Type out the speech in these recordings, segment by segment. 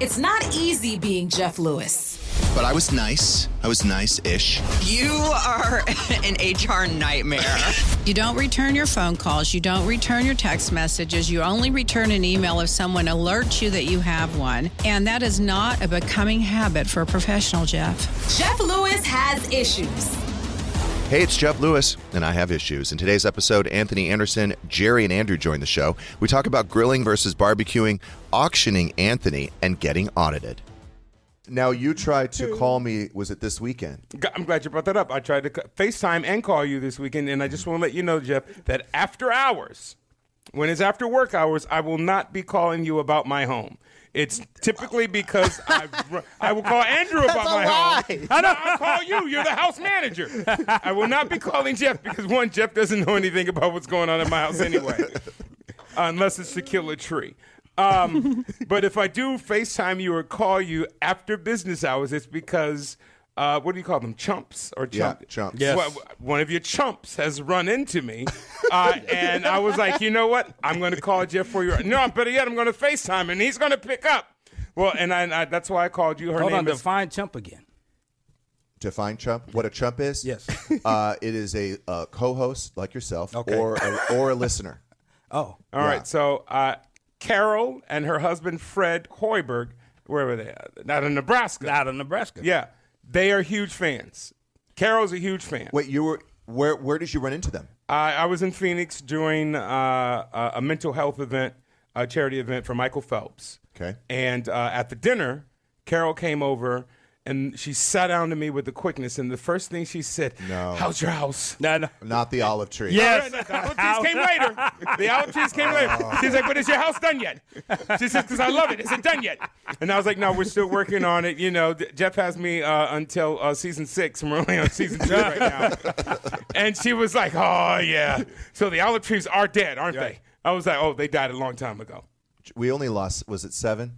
It's not easy being Jeff Lewis. But I was nice. I was nice ish. You are an HR nightmare. You don't return your phone calls. You don't return your text messages. You only return an email if someone alerts you that you have one. And that is not a becoming habit for a professional, Jeff. Jeff Lewis has issues. Hey, it's Jeff Lewis, and I have issues. In today's episode, Anthony Anderson, Jerry, and Andrew join the show. We talk about grilling versus barbecuing, auctioning Anthony, and getting audited. Now, you tried to call me, was it this weekend? G- I'm glad you brought that up. I tried to c- FaceTime and call you this weekend, and I just want to let you know, Jeff, that after hours, when it's after work hours, I will not be calling you about my home. It's typically because I, I will call Andrew about my home. I know. I'll call you. You're the house manager. I will not be calling Jeff because one, Jeff doesn't know anything about what's going on at my house anyway, unless it's to kill a tree. Um, but if I do FaceTime you or call you after business hours, it's because uh, what do you call them? Chumps or Yeah, chump? chumps. Yes. uh, one of your chumps has run into me, uh, and I was like, you know what? I'm going to call Jeff for you. No, better yet, I'm going to FaceTime, and he's going to pick up. Well, and I, and I- that's why I called you. Her Hold name on, is define chump again. Define chump. What a chump is? Yes. Uh, it is a, uh co-host like yourself, Okay. or a, or a listener. Oh, All right, so uh, Carol and her husband Fred Hoiberg, where were they? at? Out of Nebraska. out of Nebraska. yeah, they are huge fans. Carol's a huge fan. Wait, you were where? Where did you run into them? I, I was in Phoenix doing uh, a, a mental health event, a charity event for Michael Phelps. Okay. And uh, at the dinner, Carol came over and she sat down to me with the quickness. And the first thing she said, No. "How's your house?" No, no. Not the olive tree. Yes. The outfits came later. The outfits came later. She's like, but is your house done yet? She said, because I love it. Is it done yet? And I was like, no, we're still working on it. You know, D- Jeff has me uh, until uh, season six, and we're only on season two right now. And she was like, oh, yeah. So the olive trees are dead, aren't they? I was like, oh, they died a long time ago. We only lost. Was it seven?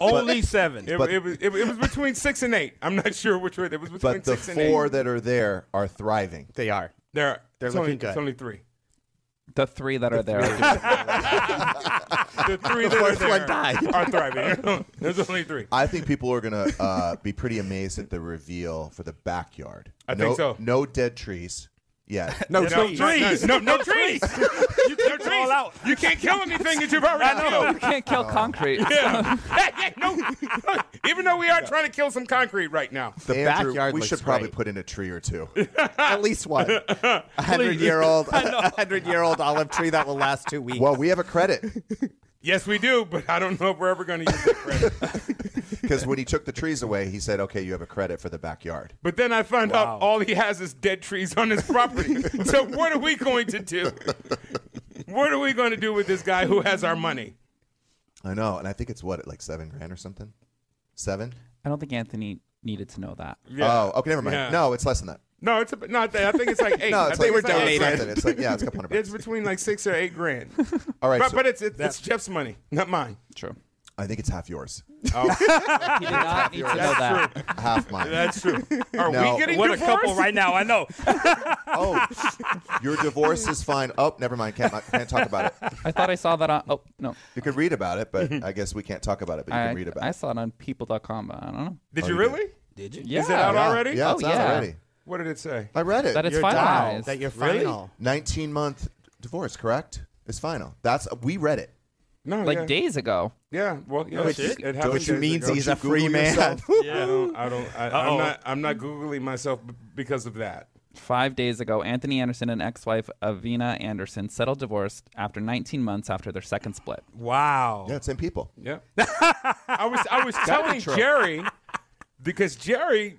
Only seven. It, But- it, was, it, was- it was between six and eight. I'm not sure which one. It was between But the six and four eight. that are there are thriving. They are. There, They're it's looking only, good. It's only three. The three that are there. The three that are fourth there one died. are thriving. There's only three. I think people are gonna uh, be pretty amazed at the reveal for the backyard. I no, think so. No dead trees. Yeah. no, No, trees. no, No, no, no trees. you, no trees. You can't kill anything that you've already You killed. can't kill concrete. Yeah. Hey, hey, no. Look, Even though we are trying to kill some concrete right now. The Andrew, backyard We looks should probably great. put in a tree or two. at least one. A hundred year old, a hundred year old olive tree that will last two weeks. well, we have a credit Yes, we do, but I don't know if we're ever going to use that credit. because when he took the trees away, he said, "Okay, you have a credit for the backyard." But then I found out all he has is dead trees on his property. so what are we going to do? What are we going to do with this guy who has our money? I know, and I think it's what like seven grand or something. Seven. I don't think Anthony needed to know that. Oh, okay, never mind. Yeah. No, it's less than that. No, it's a, not that. I think it's like eight. No, I it's think like, it's like eight grand. It's, like, yeah, it's a couple hundred It's bucks. between like six or eight grand. All right, But, so but it's, it's, it's Jeff's money, not mine. True. I think it's half yours, He did not need to know that. half mine. That's true. Are Now- we getting What a divorced? couple right now. I know. oh, your divorce is fine. Oh, never mind. Can't can't talk about it. I thought I saw that on. Oh no, You could read about it, but I guess we can't talk about it. But you I, can read about I it. saw it on People.com, but I don't know. Did Oh, you you did. really? Did you? Yeah. it out Yeah, already? Yeah, it's Oh, out yeah. already. What did it say? I read it. That it's Your finalized. that you're Really? final. 19 month divorce, correct? It's final. That's we read it. No, like yeah. days ago. Yeah, well, yeah, Which- it, it Don't happened you days means ago. he's Don't a you free Google man? yourself? yeah, I don't. I don't I, Uh-oh. I'm not. I'm not googling myself b- because of that. Five days ago, Anthony Anderson and ex-wife Avina Anderson settled divorce after 19 months after their second split. Wow. Yeah, same people. Yeah. I was I was telling Trump. Jerry because Jerry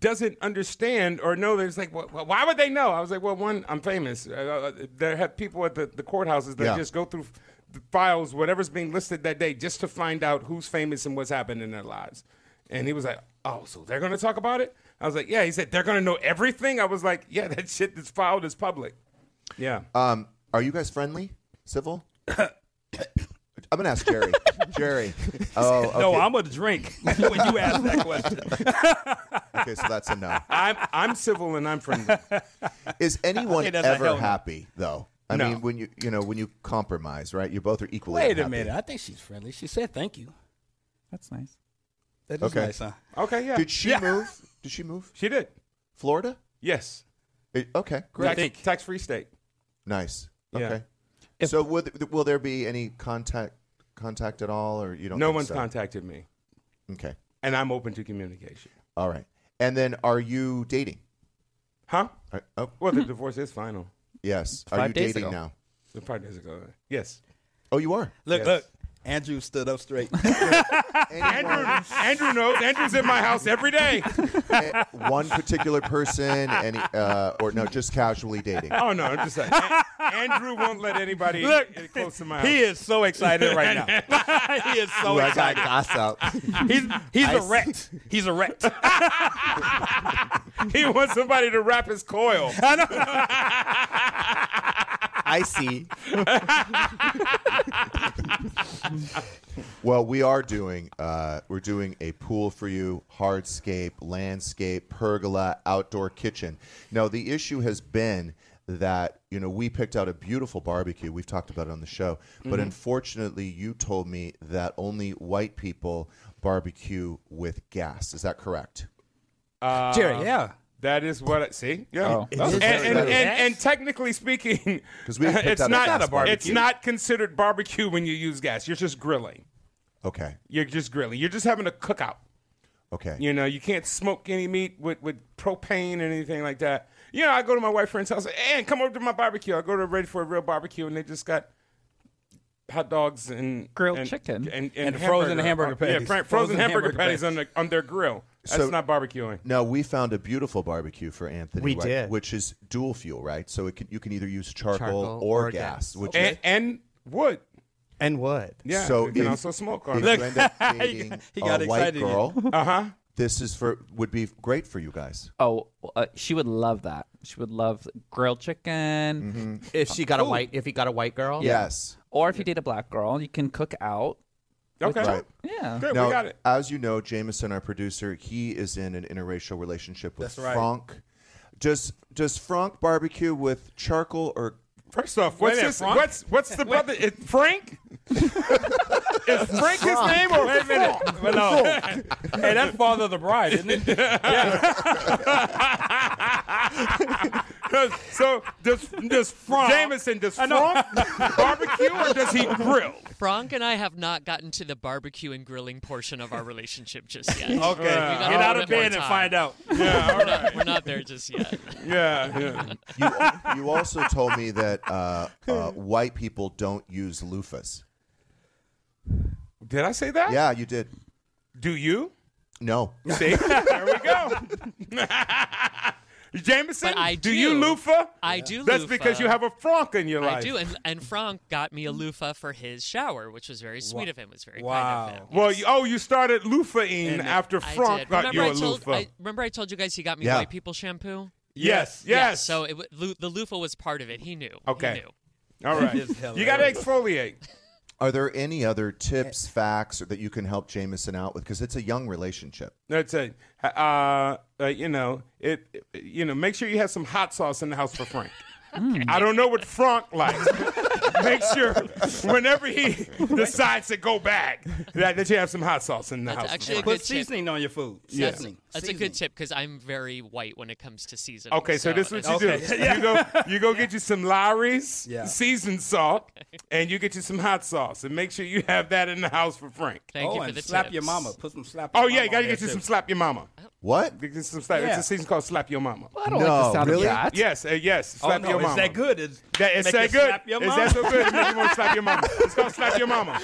doesn't understand or know that it's like, well, why would they know? I was like, well, one, I'm famous. Uh, uh, there have people at the, the courthouses that Yeah. just go through the files, whatever's being listed that day, just to find out who's famous and what's happened in their lives. And he was like, oh, so they're going to talk about it? I was like, yeah. He said, they're going to know everything? I was like, yeah, that shit that's filed is public. Yeah. Um, are you guys friendly? Civil? I'm gonna ask Jerry. Jerry. Oh, okay. No, I'm gonna drink when you ask that question. okay, so that's a no. I'm, I'm civil and I'm friendly. Is anyone Okay, that's a ever hell no. happy though? I No. mean, when you you know when you compromise, right? You both are equally. Wait a unhappy. minute. I think she's friendly. She said thank you. That's nice. That is Okay. nice, huh? Okay, yeah. Did she Yeah. move? Did she move? She did. Florida? Yes. Eh, okay, great. Tax, tax-free state. Nice. Yeah. Okay. so would, will there be any contact contact at all, or you don't? No think one's so? contacted me, Okay. and I'm open to communication. All right. And then, are you dating? Huh? Are- oh, Well, the divorce is final. yes. Are Five you days dating ago. now? The five days ago. Yes. Oh, you are. Look, Yes. look. Andrew stood up straight. Andrew, Andrew knows. Andrew's in my house every day. Eh, One particular person, any, uh, or no, just casually dating. Oh no, I'm just saying. A- Andrew won't let anybody Look, get close to my house. he is so excited right now. he is so Ooh, I got excited. gossip. He's he's I a s- rat. He's a rat. He wants somebody to wrap his coil. I see. Well, we are doing uh, we're doing a pool for you, hardscape, landscape, pergola, outdoor kitchen. Now the issue has been that you know we picked out a beautiful barbecue. We've talked about it on the show, Mm-hmm. but unfortunately, you told me that only white people barbecue with gas. Is that correct? Uh, Jerry, yeah. That is what I see. Yeah. Oh. And, and, very and, true. and, technically speaking, 'Cause we picked it's out a not, gas barbecue. It's not considered barbecue when you use gas. You're just grilling. Okay. You're just grilling. You're just having a cookout. Okay. You know, you can't smoke any meat with, with propane and anything like that. You know, I go to my white friend's house and come over to my barbecue. I go to ready for a real barbecue, and they just got hot dogs and Grilled and- chicken. and, And frozen hamburger Yeah, patties. fro- frozen, Frozen hamburger, hamburger patties, on patties. the, on their grill. That's So- not barbecuing. Now we found a beautiful barbecue for Anthony. We right? did. which is dual fuel, right? So it can, you can either use charcoal, Charcoal or, or gas. gas. Which And, and wood. And what? Yeah. So So you can if- also smoke if on you it. end up dating he got a white excited. girl, Uh huh. this is for would be great for you guys. Oh, uh, she would love that. She would love grilled chicken. If she got a white, if he got a white girl, Yes. Or if you date a black girl, you can cook out. Okay. Right. Yeah. Good. Now, we got it. as you know, Jameson, our producer, he is in an interracial relationship with That's right. Frank. Does does Frank barbecue with charcoal or First off, what's minute, his, Frank? what's what's the brother? Is Frank? is Frank his name or Wait a minute. Well, no. hey, that's father of the bride, isn't it? Does- so does does Frank Jameson does Frank barbecue or does he grill? Frank and I have not gotten to the barbecue and grilling portion of our relationship just yet. okay, Get Get out of bed and find out. Yeah, all right. We're not there just yet. Yeah, yeah. you? you also told me that uh, uh, white people don't use loofahs. Did I say that? Yeah, you did. Do you? No. See, there we go. Jameson, But I you do. loofah? I do That's loofah. because you have a Frank in your life. I do, and, and Frank got me a loofah for his shower, which was very sweet of him. It was very kind Wow. of him. Well, yes. you, oh, you started loofahing after I Frank did. got Remember, you a I told, loofah. I, remember I told you guys he got me Yeah. white people shampoo? yes, yes. Yeah, so it, w- lu- the loofah was part of it. He knew. Okay. He knew. all right, That is you got to hilarious. exfoliate. Are there any other tips, Eh. facts, or that you can help Jameson out with? Because it's a young relationship. That's it. Uh, uh, you know, it, it- Hmm. You know, make sure you have some hot sauce in the house for Frank. I don't know what Frank likes. make sure whenever he decides to go back, that, that you have some hot sauce in the That's house. actually a before. good tip. Yeah. That's a good tip because I'm very white when it comes to seasoning. Okay, so, this is what you it's- do. You go, you go get you some Lowry's Yeah. seasoned salt, and you get you some hot sauce, and make sure you have that in the house for Frank. Thank oh, you for and the slap tips. your mama. Put some slap. Oh your yeah, mama you gotta on get you there, some too. slap your mama. What? Get you some slap. It's Yeah. a season called slap your mama. I don't like the No, sound of really? that. Yes, uh, yes, Oh, slap no, your is mama. that good? Is- that, is make that it good? slap your Is mama? that so good? Make you want to slap your mama. It's called slap your mama.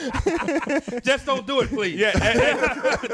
Just don't do it, please. Yeah, and,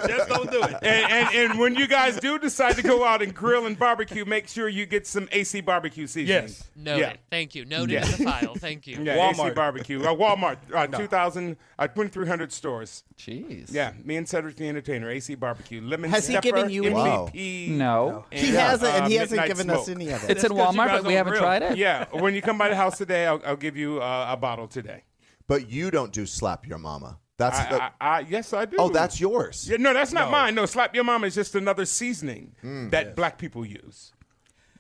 Just don't do it. and, and, and when you guys do decide to go out and grill and barbecue, make sure you get some AC barbecue seasoning. Yes. Noted. Thank you. Noted in the file. Thank you. Yeah, AC barbecue. Uh, Walmart, uh, 2,000, uh, 2,300 stores. Jeez. Yeah, me and Cedric the Entertainer, AC barbecue. Lemon Has he pepper, given you any- MVP. No. He hasn't, um, and he hasn't given us any of it. It's in Walmart, but we haven't tried it. Yeah, when you come by the house today, I'll, I'll give you uh, a bottle today. But you don't do slap your mama. That's I, the, I, I, yes, I do. Uh, oh, that's yours. Yeah, no, that's not mine. No, slap your mom is just another seasoning that black people use.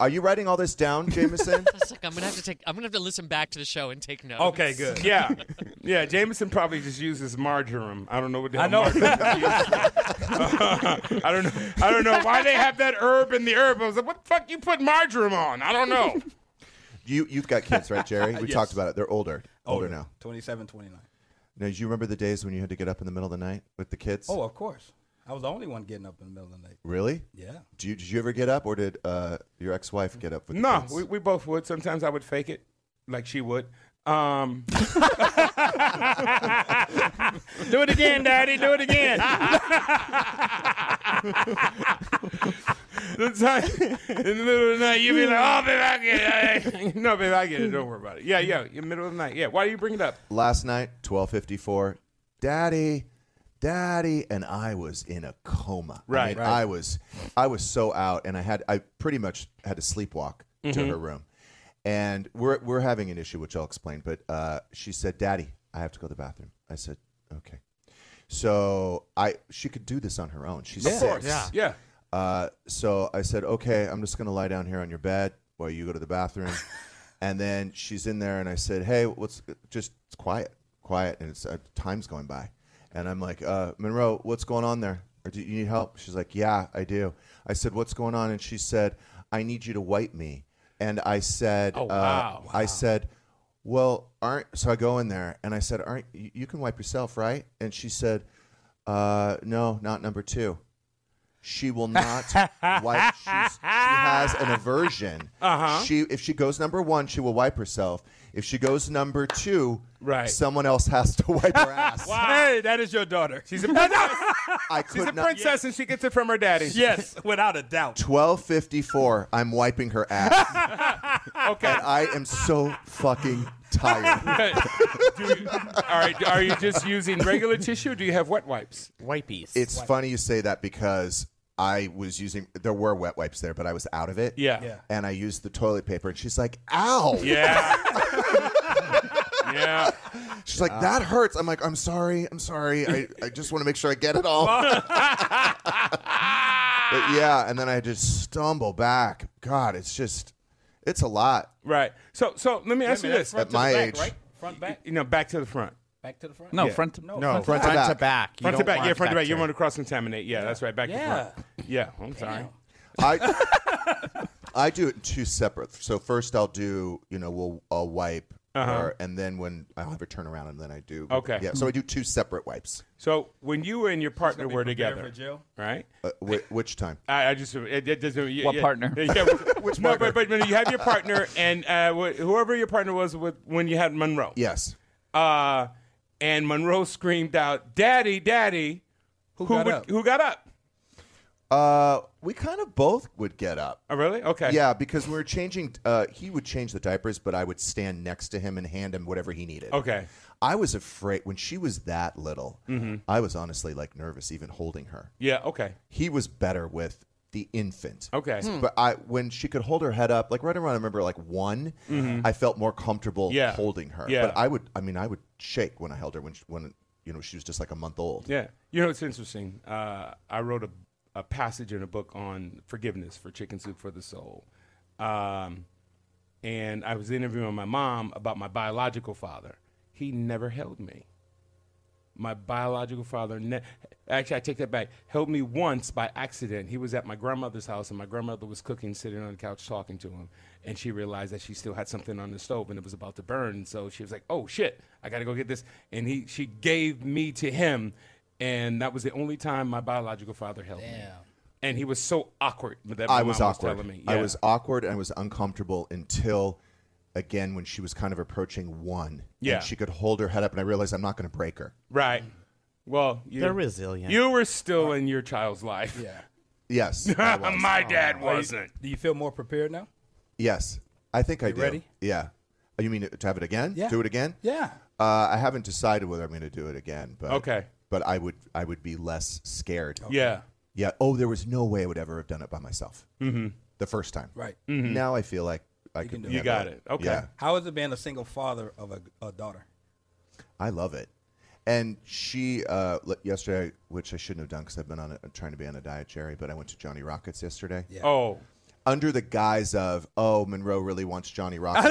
Are you writing all this down, Jameson? It's like, I'm gonna have to take. I'm gonna have to listen back to the show and take notes. Yeah, yeah. Jameson probably just uses marjoram. I don't know what the I hell know. marjoram is. I don't know. I don't know why they have that herb in the herb. I was like, what the fuck you put marjoram on? I don't know. You you've got kids, right, Jerry? We Yes. talked about it. They're older, older, now. 27, 29. Now, do you remember the days when you had to get up in the middle of the night with the kids? uh, Oh, of course. I was the only one getting up in the middle of the night. really? Yeah. Do you, did you ever get up, or did uh, your ex-wife get up with the No, kids? we, we both would. Sometimes I would fake it, like she would. Um, Do it again, Daddy. Do it again. the time, in the middle of the night, you'd be like, "Oh, babe, I get it." no, babe, I get it. Don't worry about it. Yeah, yeah. In the middle of the night. Yeah. Why do you bring it up? Last night, twelve fifty-four. Daddy, daddy, and I was in a coma. I, Right, mean, right. I was, I was so out, and I had, I pretty much had to sleepwalk to Mhm. her room, and we're we're having an issue, which I'll explain. But uh, she said, "Daddy, I have to go to the bathroom." I said, "Okay." So I, she could do this on her own. She's Of six. course. Yeah. Yeah. Uh, so I said, okay, I'm just going to lie down here on your bed while you go to the bathroom. and then she's in there, and I said, hey, what's just it's quiet, quiet, and it's uh, time's going by. And I'm like, uh, Monroe, what's going on there? Or do you need help? She's like, yeah, I do. I said, what's going on? And she said, I need you to wipe me. And I said, Oh, uh, wow. I said, well, aren't so I go in there and I said, aren't you, you can wipe yourself, right? And she said, uh, no, not number two. She will not wipe. She's, she has an aversion. Uh-huh. She if she goes number one, she will wipe herself. If she goes number two, Right. someone else has to wipe her ass. Hey, that is your daughter. She's a princess. I She's a could not. princess, and she gets it from her daddy. Yes, without a doubt. Twelve fifty four. I'm wiping her ass, Okay. and I am so fucking tired. Do you- all right. Are you just using regular tissue? Or do you have wet wipes? Wipies. It's funny you say that because I was using there were wet wipes there, but I was out of it. Yeah. Yeah. And I used the toilet paper, and she's like, "Ow!" Yeah. yeah. She's like, "That hurts." I'm like, "I'm sorry. I'm sorry. I, I just want to make sure I get it all." but yeah, and then I just stumble back. God, it's just, it's a lot. Right. So, so let me ask you Wait a minute, this. front At to the my back, age. right? Front back. You know, back to the front. Back to the front. No, Yeah. front to No, front to back. You Front to don't back. want Yeah, front to back. You to- want to cross contaminate. Yeah, that's right. Back Yeah. to front. Yeah. I'm sorry. I I do it in two separate. So first I'll do, you know, we'll I'll wipe, Uh-huh. or- and then when I'll have a turnaround, and then I do. Okay. Yeah. So I do two separate wipes. So when you and your partner were prepared together, for jail. right? Uh, whi- which time? I, I just it, it doesn't. Yeah, What yeah. partner? Yeah, yeah. Which no, partner? but, but when you have your partner and uh, wh- whoever your partner was with when you had Monroe. Yes. Uh, and Monroe screamed out, "Daddy, Daddy!" Who, got would- up? Who got up? Uh, we kind of both would get up. Oh, really? Okay. Yeah, because we were changing. Uh, he would change the diapers, but I would stand next to him and hand him whatever he needed. Okay. Mm-hmm. I was afraid when she was that little. I was honestly like nervous even holding her. Yeah. Okay. He was better with the infant. Okay. But I, when she could hold her head up, like right around, I remember like one, I felt more comfortable Mm-hmm. Yeah. holding her. Yeah. But I would, I mean, I would shake when I held her when, she, when you know, she was just like a month old. Yeah. You know, it's interesting. Uh, I wrote a, a passage in a book on forgiveness for Chicken Soup for the Soul. Um, and I was interviewing my mom about my biological father. He never held me. My biological father, ne- actually, I take that back, held me once by accident. He was at my grandmother's house, and my grandmother was cooking, sitting on the couch talking to him. And she realized that she still had something on the stove and it was about to burn. So she was like, oh shit, I gotta go get this. And he, she gave me to him. And that was the only time my biological father held me. And he was so awkward that my I was mom awkward. telling me. I Yeah. was awkward and I was uncomfortable until, again, when she was kind of approaching one. and Yeah. she could hold her head up, and I realized I'm not going to break her. Right. Well, you, They're resilient. You were still in your child's life. Yes. I was. My dad Are you- wasn't. do you feel more prepared now? Yes. I think I You do. ready? Yeah. Oh, You mean to have it again? Yeah. Do it again? Yeah. Uh, I haven't decided whether I'm going to do it again, but Okay. But I would, I would be less scared. Yeah. Yeah. Oh, there was no way I would ever have done it by myself. Mhm. The first time. Right. Mm-hmm. Mhm. Now I feel like I You could. can do handle it. You got it. Okay. Yeah. How has it being a single father of a, a daughter? I love it. And she uh, le- yesterday, which I shouldn't have done because I've been on a, trying to be on a diet, Jerry. But I went to Johnny Rockets yesterday. Yeah. Oh. Under the guise of, oh, Monroe really wants Johnny Rockets.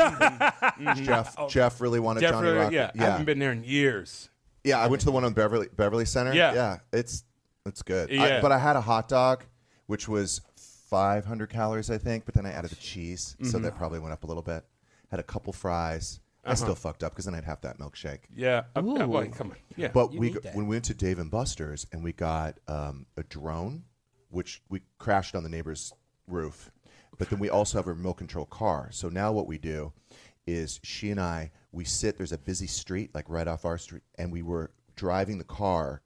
Jeff, Jeff really wanted Mm-hmm. Oh. Jeff Johnny really- Rockets. yeah, I haven't been there in years. Yeah, I went to the one on Beverly Beverly Center. Yeah. yeah, it's it's good. I- Yeah. but I had a hot dog, which was 500 calories, I think. But then I added the cheese, so Mhm. that probably went up a little bit. Had a couple fries. I Uh-huh. still fucked up because then I'd have that milkshake. Yeah. Uh, uh, well, come on. Yeah. But You we need got- that. when we went to Dave and Buster's and we got um, a drone, which we crashed on the neighbor's roof. But then we also have a remote control car. So now what we do is she and I we sit. There's a busy street like right off our street, and we were driving the car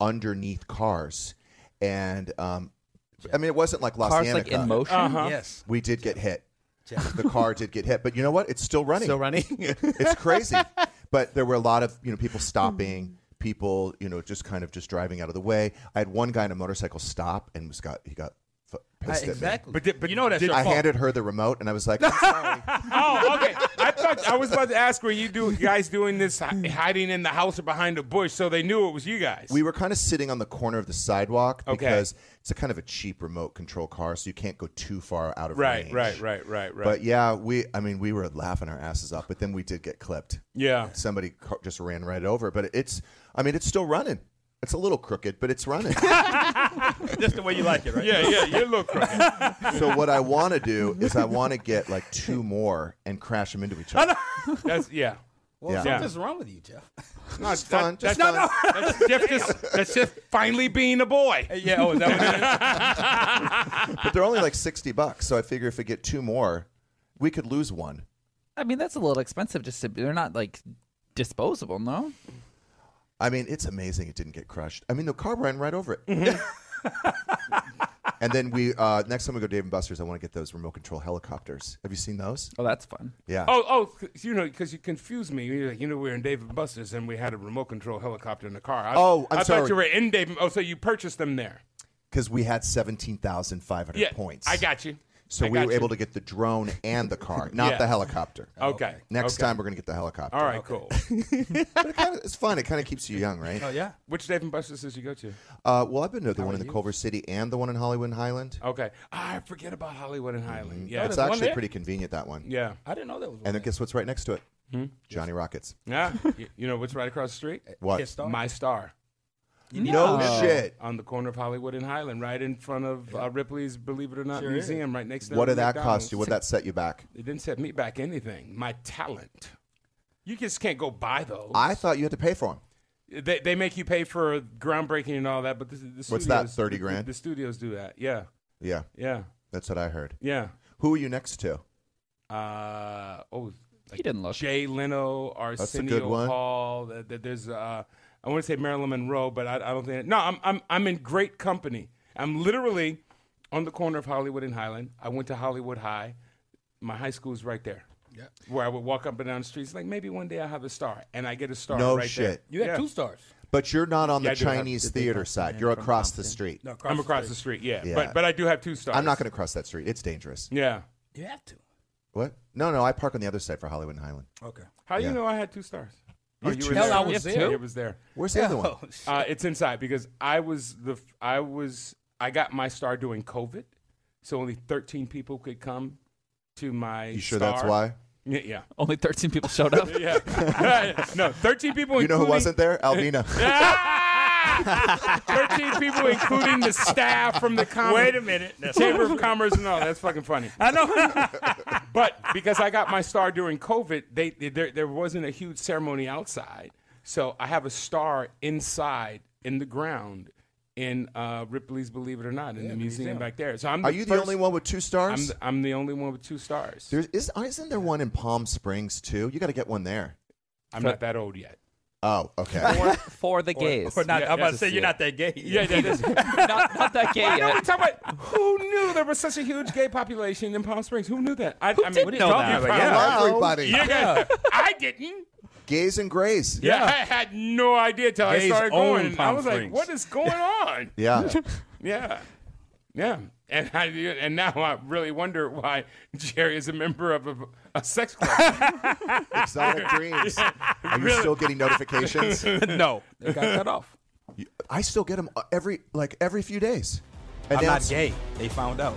underneath cars, and um, I mean it wasn't like Los Cars, Angeles. like, in motion? Uh-huh. Yes. we did get hit. The car did get hit, but you know what? It's still running. Still running? it's crazy. But there were a lot of you know people stopping, people you know just kind of just driving out of the way. I had one guy on a motorcycle stop and was got he got f- pissed exactly. at me. But, you know that's Did- your I fault. handed her the remote and I was like, "I'm sorry." oh, okay. I thought I was about to ask were you do guys doing this hi- hiding in the house or behind a bush so they knew it was you guys. we were kind of sitting on the corner of the sidewalk Okay. because it's a kind of a cheap remote control car, so you can't go too far out of Right, range. right, right, right, right. But yeah, we I mean we were laughing our asses off, but then we did get clipped. Yeah. somebody ca- just ran right over, but it's I mean it's still running. It's a little crooked, but it's running. Just the way you like it, right? Yeah, yeah, you look right. so what I want to do is I want to get like two more and crash them into each other. That's yeah. Well, Yeah. something's wrong with you, Jeff. No, It's fun. That's, Just no, no. that's Jeff just that's just finally being a boy. yeah, oh, is that what it is? But they're only like sixty bucks, so I figure if we get two more, we could lose one. I mean, that's a little expensive. Just to, they're not like disposable, no. I mean, it's amazing it didn't get crushed. I mean, the car ran right over it. Mm-hmm. and then we uh, next time we go to Dave and Buster's, I want to get those remote control helicopters. Have you seen those? Oh, that's fun. Yeah. Oh, oh, 'cause, you know, because you confused me. You're like, you know, we were in Dave and Buster's and we had a remote control helicopter in the car. I, Oh, I'm I thought sorry. you were in Dave. Oh, so you purchased them there? Because we had seventeen thousand five hundred Yeah, points. I got you. So I we got were you. able to get the drone and the car, not Yeah. the helicopter. Okay. Next Okay. time we're gonna get the helicopter. All right, cool. but it kinda, it's fun. It kind of keeps you young, right? Oh, yeah. Which Dave and Buster's did you go to? Uh, well, I've been to the one in the Culver City and the one in Hollywood Highland. Okay, Ah, I forget about Hollywood and Highland. Yeah, it's there's one Mm-hmm. actually there? pretty convenient that one. yeah, I didn't know that was And then guess what's right next to it? Hmm? Johnny Rockets. yeah. you, you know what's right across the street? What? His star? My Star. No, Uh, shit. On the corner of Hollywood and Highland, right in front of uh, Ripley's Believe It or Not Sure is. Museum, right next to What did that McDonald's. cost you? What did that set you back? It didn't set me back anything. My talent. You just can't go buy those. I thought you had to pay for them. They, they make you pay for groundbreaking and all that, but this, the studios, What's that, 30 the- grand? The, studios do that. Yeah, Yeah, yeah, that's what I heard. yeah. Who are you next to? Uh, oh, He didn't look. Jay Leno, Arsenio a good one. Hall. th- th- There's, uh, I want to say Marilyn Monroe, but I, I don't think. No, I'm, I'm, I'm in great company. I'm literally on the corner of Hollywood and Highland. I went to Hollywood High. My high school is right there. Yeah. Where I would walk up and down the streets, like maybe one day I'll have a star, and I get a star. No right shit. There. You had Yeah. two stars. But you're not on Yeah, I the do have- Chinese did theater side. You're across the street. No, I'm across the street. Yeah. Yeah. But but I do have two stars. I'm not going to cross that street. It's dangerous. Yeah. You have to. What? No, no. I park on the other side for Hollywood and Highland. Okay. How do Yeah. you know I had two stars? You you have were two Hell, there. I was You there. It was there. Where's the other one? Oh, shit. Uh, it's inside because I was the f- I was I got my star during COVID, so only 13 people could come to my. You sure star. that's why? Y- yeah. Only 13 people showed up. yeah. no, 13 people. You know who including- wasn't there? Alvina. 13 people, including the staff from the com- Wait a minute. That's- Chamber of Commerce. No, that's fucking funny. I know. but because I got my star during COVID, they, they- there, there wasn't a huge ceremony outside. So I have a star inside in the ground in uh, Ripley's Believe It or Not in the museum, museum. back there. So I'm Are you the first- only one with two stars? I'm the, I'm the only one with two stars. There is, isn't there one in Palm Springs too? You got to get one there. I'm not that old yet. Oh, okay. For, for the gays. or not- I'm about to say, you're not that gay. Yeah, that is. not, not that gay Why yet. don't we talk about who knew there was such a huge gay population in Palm Springs? Who knew that? I, I mean, what are you know talking that? about? Yeah. Everybody. You guys- I didn't. Gays and Grays. Yeah, I had no idea till I Gays started own going. and I Palm was like, Springs. what is going on? Yeah. yeah, yeah. And I and now I really wonder why Jerry is a member of a, a sex club. Exotic dreams. Are you Really? still getting notifications? No. They got cut off. I still get them every like every few days. I'm not Announce- gay. They found out.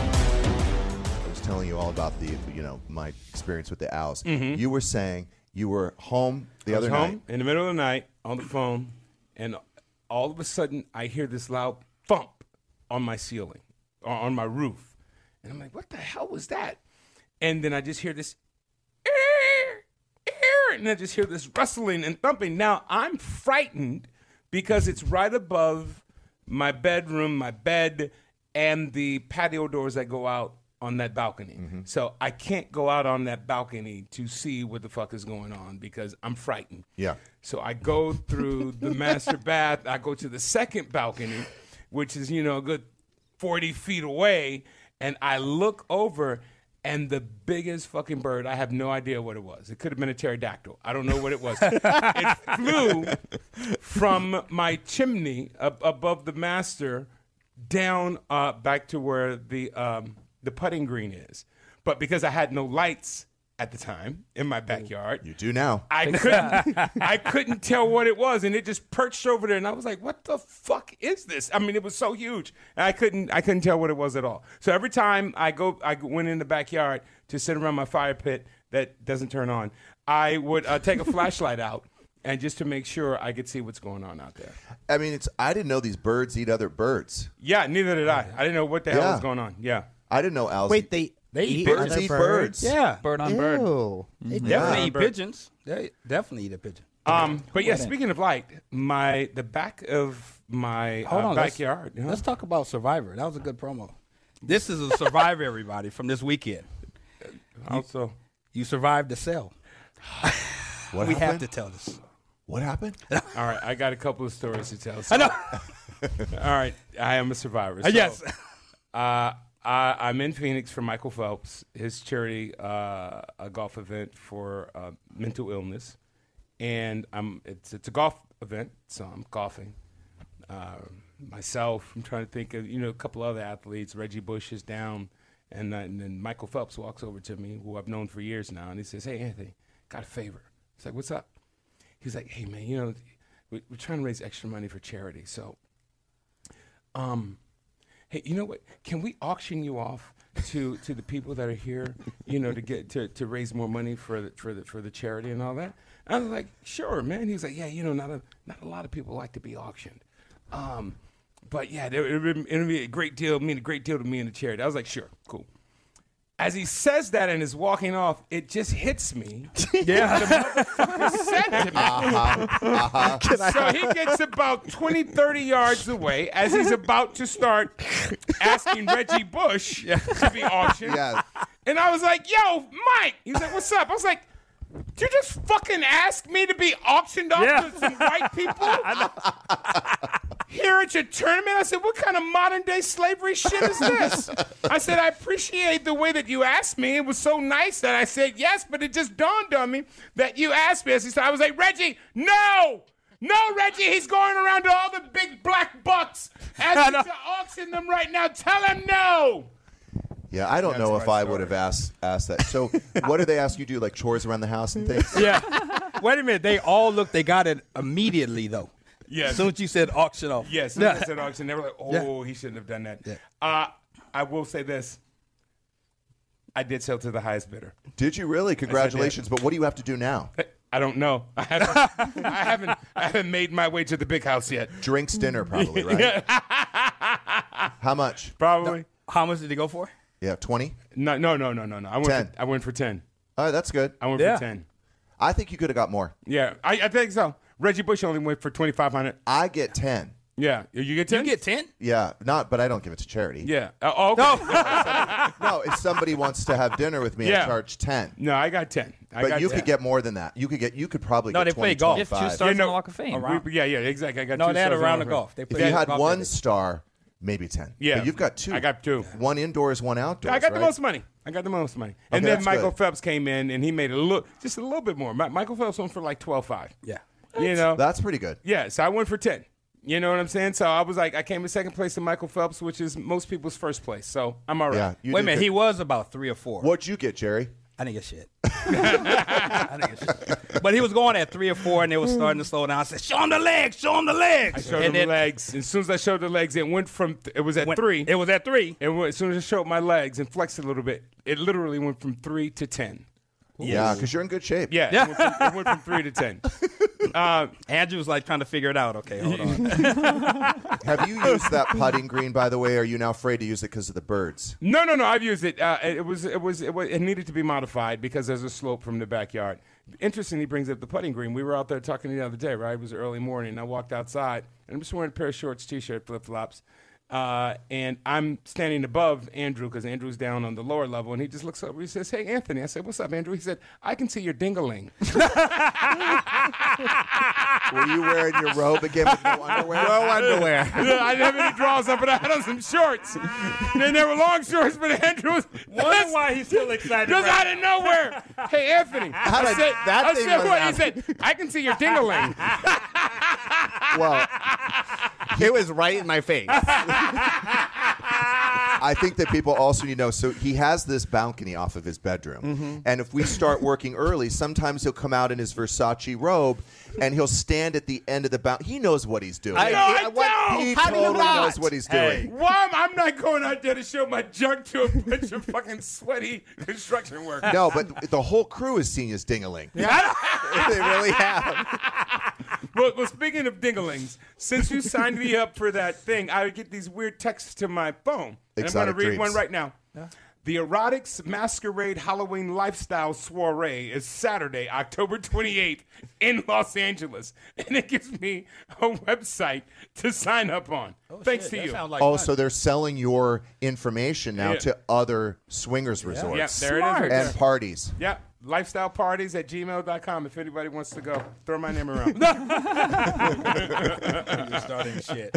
I was telling you all about the, you know, my experience with the owls. Mhm. You were saying you were home the I was other home night. in the middle of the night on the phone, and all of a sudden I hear this loud thump on my ceiling, or on my roof, and I'm like, "What the hell was that?" And then I just hear this, "Ear, ear," and I just hear this rustling and thumping. Now I'm frightened because it's right above my bedroom, my bed, and the patio doors that go out on that balcony. So I can't go out on that balcony to see what the fuck is going on because I'm frightened. Yeah. So I go through the master bath. I go to the second balcony, which is, you know, a good 40 feet away. And I look over, and the biggest fucking bird, I have no idea what it was. It could have been a pterodactyl. I don't know what it was. it flew from my chimney up above the master down uh, back to where the, um, the putting green is. But because I had no lights, at the time in my backyard. You do now. I couldn't I couldn't tell what it was and it just perched over there and I was like, "What the fuck is this?" I mean, it was so huge. And I couldn't I couldn't tell what it was at all. So every time I go I went in the backyard to sit around my fire pit that doesn't turn on, I would uh, take a flashlight out and just to make sure I could see what's going on out there. I mean, it's I didn't know these birds eat other birds. Yeah, neither did I. I didn't know what the hell Yeah. was going on. Yeah. I didn't know owls. Wait, they they eat birds other eat birds. birds? Yeah. Bird on bird. Ew. They Mhm. definitely Yeah. eat pigeons. They definitely eat a pigeon. Um, but yeah, Wait a- speaking of light, my the back of my Hold uh, on, let's- backyard. Let's, talk about Survivor. That was a good promo. This is a Survivor, everybody, from this weekend. Also, you survived the cell. What we have happened? to tell this. What happened? All right, I got a couple of stories to tell. I know. All right, I am a survivor. Uh, yes. uh, I, I'm in Phoenix for Michael Phelps, his charity, uh, a golf event for uh, mental illness, and I'm it's it's a golf event, so I'm golfing. Uh, myself, I'm trying to think of you know a couple other athletes. Reggie Bush is down, and, uh, and then Michael Phelps walks over to me, who I've known for years now, and he says, "Hey, Anthony, got a favor." It's like, "What's up?" He's like, "Hey, man, you know, we, we're trying to raise extra money for charity, so." um, hey, you know what? Can we auction you off to to the people that are here, you know, to get to, to raise more money for the, for the for the charity and all that? And I was like, sure, man. He's like, yeah, you know, not a not a lot of people like to be auctioned, um, but yeah, there- it would it would be a great deal, mean a great deal to me and the charity. I was like, sure, cool. As he says that and is walking off, it just hits me. Yeah, the motherfucker said to me. Uh-huh, uh-huh. So he gets about 20, 30 yards away as he's about to start asking Reggie Bush to be auctioned. Yeah. And I was like, yo, Mike. He's like, what's up? I was like, "Did you just fucking ask me to be auctioned off Yeah. to some white people here at your tournament? I said, what kind of modern day slavery shit is this? I said, I appreciate the way that you asked me. It was so nice that I said yes, but it just dawned on me that you asked me. So I was like, Reggie, no! No, Reggie, he's going around to all the big black bucks asking to auction them right now. Tell him no! Yeah, I don't know if I would have asked asked that. So, what do they ask you to do? Like chores around the house and things? Yeah. Wait a minute. They all looked. They got it immediately though. Yes. As soon as you said auction off. Yes, Yeah. yeah. said auction. They were like, Yeah. "Oh, he shouldn't have done that." Uh, I will say this: I did sell to the highest bidder. Did you really? Congratulations. But what do you have to do now? I don't know. I haven't, I haven't, I haven't made my way to the big house yet. Drinks dinner, probably, right? How much? Probably. How much did they go for? Yeah, twenty. No, no, no, no, no, no. I went. Ten. For, I went for ten. All right, that's good. I went Yeah. for ten. I think you could have got more. Yeah, I, I think so. Reggie Bush only went for twenty five hundred. I get ten. Yeah, you get ten. You get ten. Yeah, not, but I don't give it to charity. Yeah. Uh, oh, okay. No, if somebody wants to have dinner with me, I Yeah. charge ten. No, I got ten. I but got you 10. could get more than that. You could get. You could probably. No, get 20, they play golf. They have two 25. stars in the Walk of Fame. We- yeah, yeah, exactly. I got No, two they had stars a round on of the- golf. They If played you had golf one that day. star, maybe ten. Yeah. but you've got two. I got two. One indoors, one outdoors. I got the right? most money. I got the most money. and Okay, then that's Michael good. Phelps came in and he made a little, just a little bit more. Mi- Michael Phelps went for like twelve five. Yeah. You know. That's pretty good. Yeah, so I went for 10. You know what I'm saying? So I was like, I came in second place to Michael Phelps, which is most people's first place. So I'm all right. Yeah, you Wait a minute. He was about three or four. What'd you get, Jerry? I didn't get shit. I didn't get shit. But he was going at three or four, and they was starting to slow down. I said, "Show him the legs. Show him the legs." I showed and him legs. As soon as I showed the legs, it went from th- it was at Went- three. It was at three. And as soon as I showed my legs and flexed a little bit, it literally went from three to ten. Yeah, because you're in good shape. Yeah, It, went from, it went from three to ten. Uh, Andrew was like trying to figure it out. Okay, hold on. Have you used that putting green, by the way? Are you now afraid to use it because of the birds? No, no, no. I've used it. Uh, it was, it was, it was, it needed to be modified because there's a slope from the backyard. Interesting, he brings up the putting green. We were out there talking the other day, right? It was early morning. And I walked outside, and I'm just wearing a pair of shorts, t-shirt, flip-flops, uh, and I'm standing above Andrew because Andrew's down on the lower level, and he just looks over. He says, "Hey, Anthony." I said, "What's up, Andrew?" He said, "I can see your dingaling." Were you wearing your robe again with no underwear? No underwear. Yeah, I didn't have any drawers up, but I had on some shorts. And they were long shorts, but Andrew was. Wonder why he's still excited. Just right out of nowhere. Hey, Anthony. How I did said, that I thing said was what? He said, I can see your dingaling. Well, it was right in my face. I think that people also need to know. So he has this balcony off of his bedroom, Mhm. and if we start working early, sometimes he'll come out in his Versace robe, and he'll stand at the end of the balcony. He knows what he's doing. I, no, I what- don't. He totally knows what he's doing. Why am I'm not going out there to show my junk to a bunch of fucking sweaty construction workers? No, but the whole crew has seen his ding-a-ling. they really have. well, well, speaking of dinglings, since you signed me up for that thing, I get these weird texts to my phone. And I'm going to Exotic read dreams. one right now. The Erotics Masquerade Halloween Lifestyle Soiree is Saturday, October 28th in Los Angeles. And it gives me a website to sign up on. Thanks shit, to that you. sounds oh, so they're selling your information now Yeah. to other swingers resorts Yeah, there it is right and there. parties. Yeah. Lifestyleparties at gmail.com if anybody wants to go. Throw my name around. You're starting shit.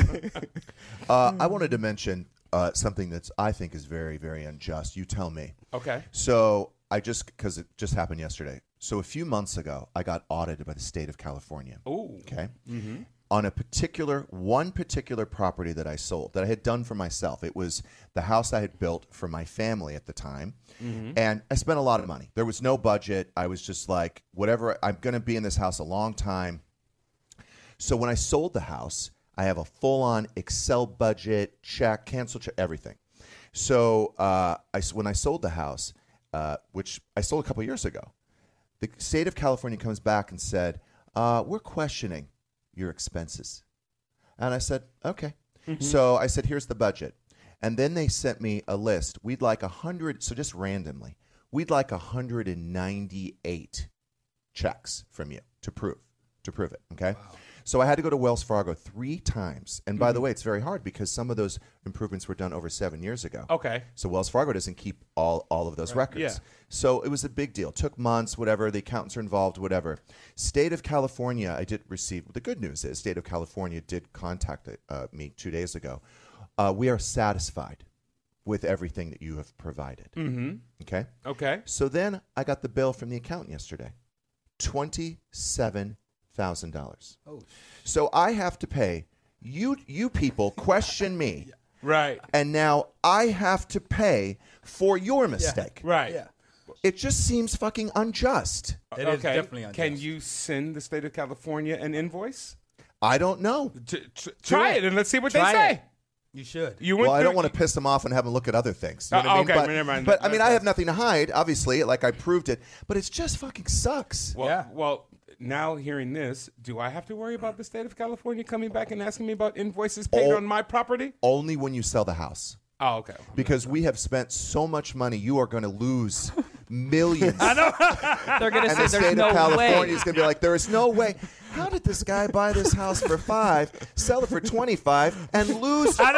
Uh, I wanted to mention uh, something that's I think is very, very unjust. You tell me. Okay. So I just because it just happened yesterday. So a few months ago, I got audited by the state of California. Ooh. Okay. Mhm. On a particular one particular property that I sold that I had done for myself. It was the house I had built for my family at the time. Mm-hmm. Mhm. And I spent a lot of money. There was no budget. I was just like, whatever, I'm going to be in this house a long time. So when I sold the house, I have a full on Excel budget, check, cancel check, everything. So uh, I s when I sold the house, uh, which I sold a couple years ago, the state of California comes back and said, uh, We're questioning your expenses. And I said, Okay. So I said, Here's the budget. And then they sent me a list. We'd like 100, so just randomly, we'd like 198 checks from you to prove to prove it. Okay. So I had to go to Wells Fargo three times. And by the way, it's very hard because some of those improvements were done over seven years ago. Okay. So Wells Fargo doesn't keep all, all of those Right. records. Yeah. So it was a big deal. Took months, whatever. The accountants are involved, whatever. State of California, I did receive. The good news is, State of California did contact uh, me two days ago. Uh, we are satisfied with everything that you have provided. Mhm. Okay. Okay. So then I got the bill from the accountant yesterday twenty-seven thousand dollars. Oh. So I have to pay you. You people question me, right? And now I have to pay for your mistake, right? Yeah. It just seems fucking unjust. It is Can you send the state of California an invoice? I don't know. Try it and let's see what Try they say. it. You should. You went Well, I through- don't want to piss them off and have them look at other things. You know Uh, what I mean? okay, but, never mind. But I mean, I have nothing to hide. Obviously, like I proved it. But it's just fucking sucks. Well, well, now hearing this, do I have to worry about the state of California coming back and asking me about invoices paid Oh. on my property? Only when you sell the house. Oh, okay. Because we have spent so much money, you are going to lose millions. They're going and to say the there's state no of California way. is going to be like, there is no way. How did this guy buy this house for five, sell it for twenty-five, and lose, lose money?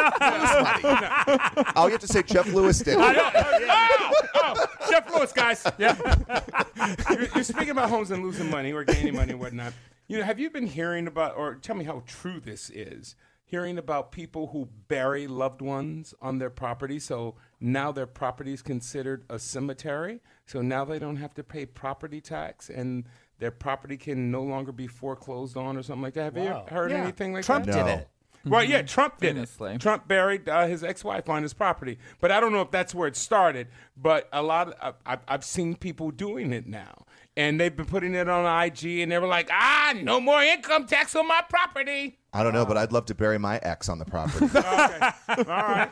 Oh, you have to say Jeff Lewis did. Oh, Jeff Lewis, guys. you're, you're speaking about homes and losing money or gaining money and whatnot. You know, have you been hearing about, or tell me how true this is, hearing about people who bury loved ones on their property? So now their property is considered a cemetery. So now they don't have to pay property tax and their property can no longer be foreclosed on or something like that. Have Wow. you heard Yeah. anything like Trump that? did No. it. Right, yeah, Trump did Famously. it. Trump buried uh, his ex-wife on his property, but I don't know if that's where it started. But a lot, of, I- I've, I've seen people doing it now, and they've been putting it on IG, and they were like, "Ah, no more income tax on my property." I don't know, but I'd love to bury my ex on the property. All right,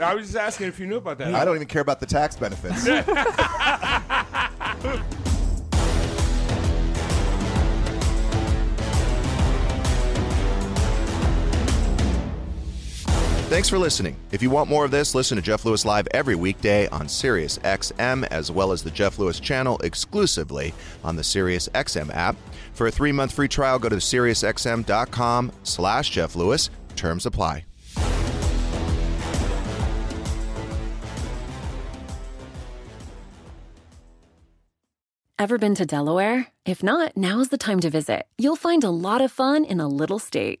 I was just asking if you knew about that. I don't even care about the tax benefits. Thanks for listening. If you want more of this, listen to Jeff Lewis Live every weekday on Sirius XM, as well as the Jeff Lewis channel exclusively on the Sirius XM app. For a three-month free trial, go to SiriusXM.com slash Jeff Lewis. Terms apply. Ever been to Delaware? If not, now is the time to visit. You'll find a lot of fun in a little state.